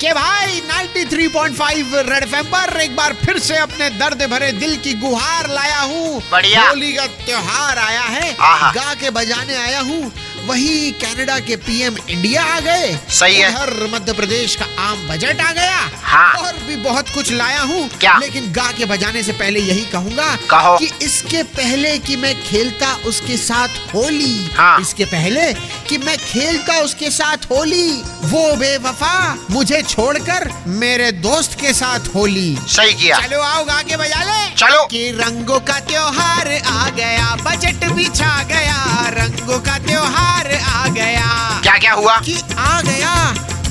कि भाई 93.5 red FM पर एक बार फिर से अपने दर्द भरे दिल की गुहार लाया हूँ बढ़िया। होली का त्योहार आया है आहा। गा के बजाने आया हूँ वही कनाडा के पीएम इंडिया आ गए सही है। हर मध्य प्रदेश का आम बजट आ गया हाँ। और भी बहुत कुछ लाया हूँ क्या? लेकिन गा के बजाने से पहले यही कहूँगा कहो। कि इसके पहले कि मैं खेलता उसके साथ होली हाँ। इसके पहले कि मैं खेलता उसके साथ होली वो बेवफा मुझे छोड़कर मेरे दोस्त के साथ होली सही किया चलो आओ गा के बजा ले चलो। कि रंगों का त्योहार आ गया बजट भी छा गया रंगों का त्योहार आ गया क्या क्या हुआ कि आ गया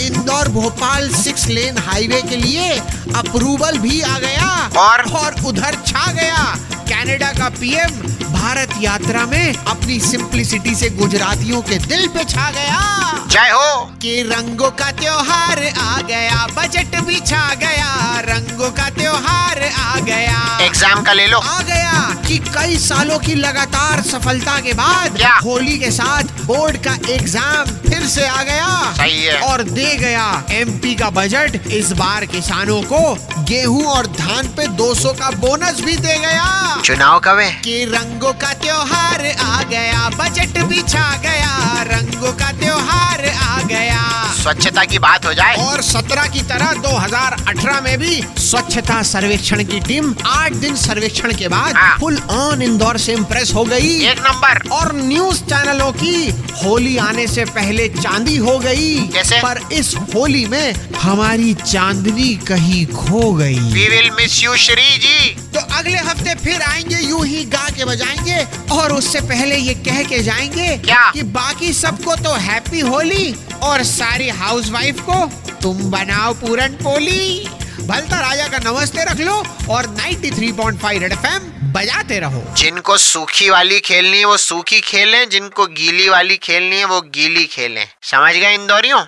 Indore Bhopal six lane highway के लिए अप्रूवल भी आ गया और? और उधर छा गया कनाडा का पीएम भारत यात्रा में अपनी सिंप्लिसिटी से गुजरातियों के दिल पे छा गया जय हो कि रंगों का त्योहार आ गया बजट भी छा गया रंगों का त्योहार आ गया एग्जाम का ले लो आ गया कि कई सालों की लगातार सफलता के बाद क्या? होली के साथ बोर्ड का एग्जाम फिर से आ गया सही है। और दे गया एमपी का बजट इस बार किसानों को गेहूं और धान पे 200 का बोनस भी दे गया चुनाव कब है कि रंगों का त्योहार आ गया बजट भी छा गया रंगों का त्योहार आ गया स्वच्छता की बात हो जाए और 17 की तरह 2018 में भी स्वच्छता सर्वेक्षण की टीम आठ दिन सर्वेक्षण के बाद हाँ। फुल ऑन इंदौर से इम्प्रेस हो गई एक नंबर और न्यूज चैनलों की होली आने से पहले चांदी हो गई कैसे? पर इस होली में हमारी चांदनी कहीं खो गई we will miss you Shri ji तो अगले हफ्ते फिर आएंगे यूं ही गा के बजाएंगे और उससे पहले ये कह के जाएंगे क्या? कि बाकी सबको तो हैप्पी होली और सारी हाउसवाइफ को तुम बनाओ पूरन पोली भलता राजा का नमस्ते रख लो और 93.5 रेड एफएम बजाते रहो जिनको सूखी वाली खेलनी है वो सूखी खेलें जिनको गीली वाली खेलनी है वो गीली खेलें समझ गए इंदौरियों